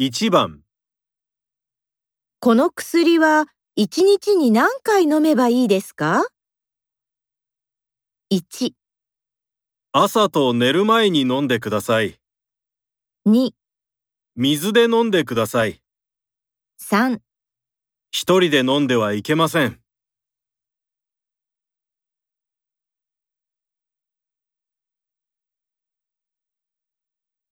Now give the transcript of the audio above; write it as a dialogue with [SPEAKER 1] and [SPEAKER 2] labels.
[SPEAKER 1] 1番、
[SPEAKER 2] この薬は1日に何回飲めばいいですか ?1、
[SPEAKER 1] 朝と寝る前に飲んでください。
[SPEAKER 2] 2、
[SPEAKER 1] 水で飲んでください。
[SPEAKER 2] 3
[SPEAKER 1] 一人で飲んではいけません。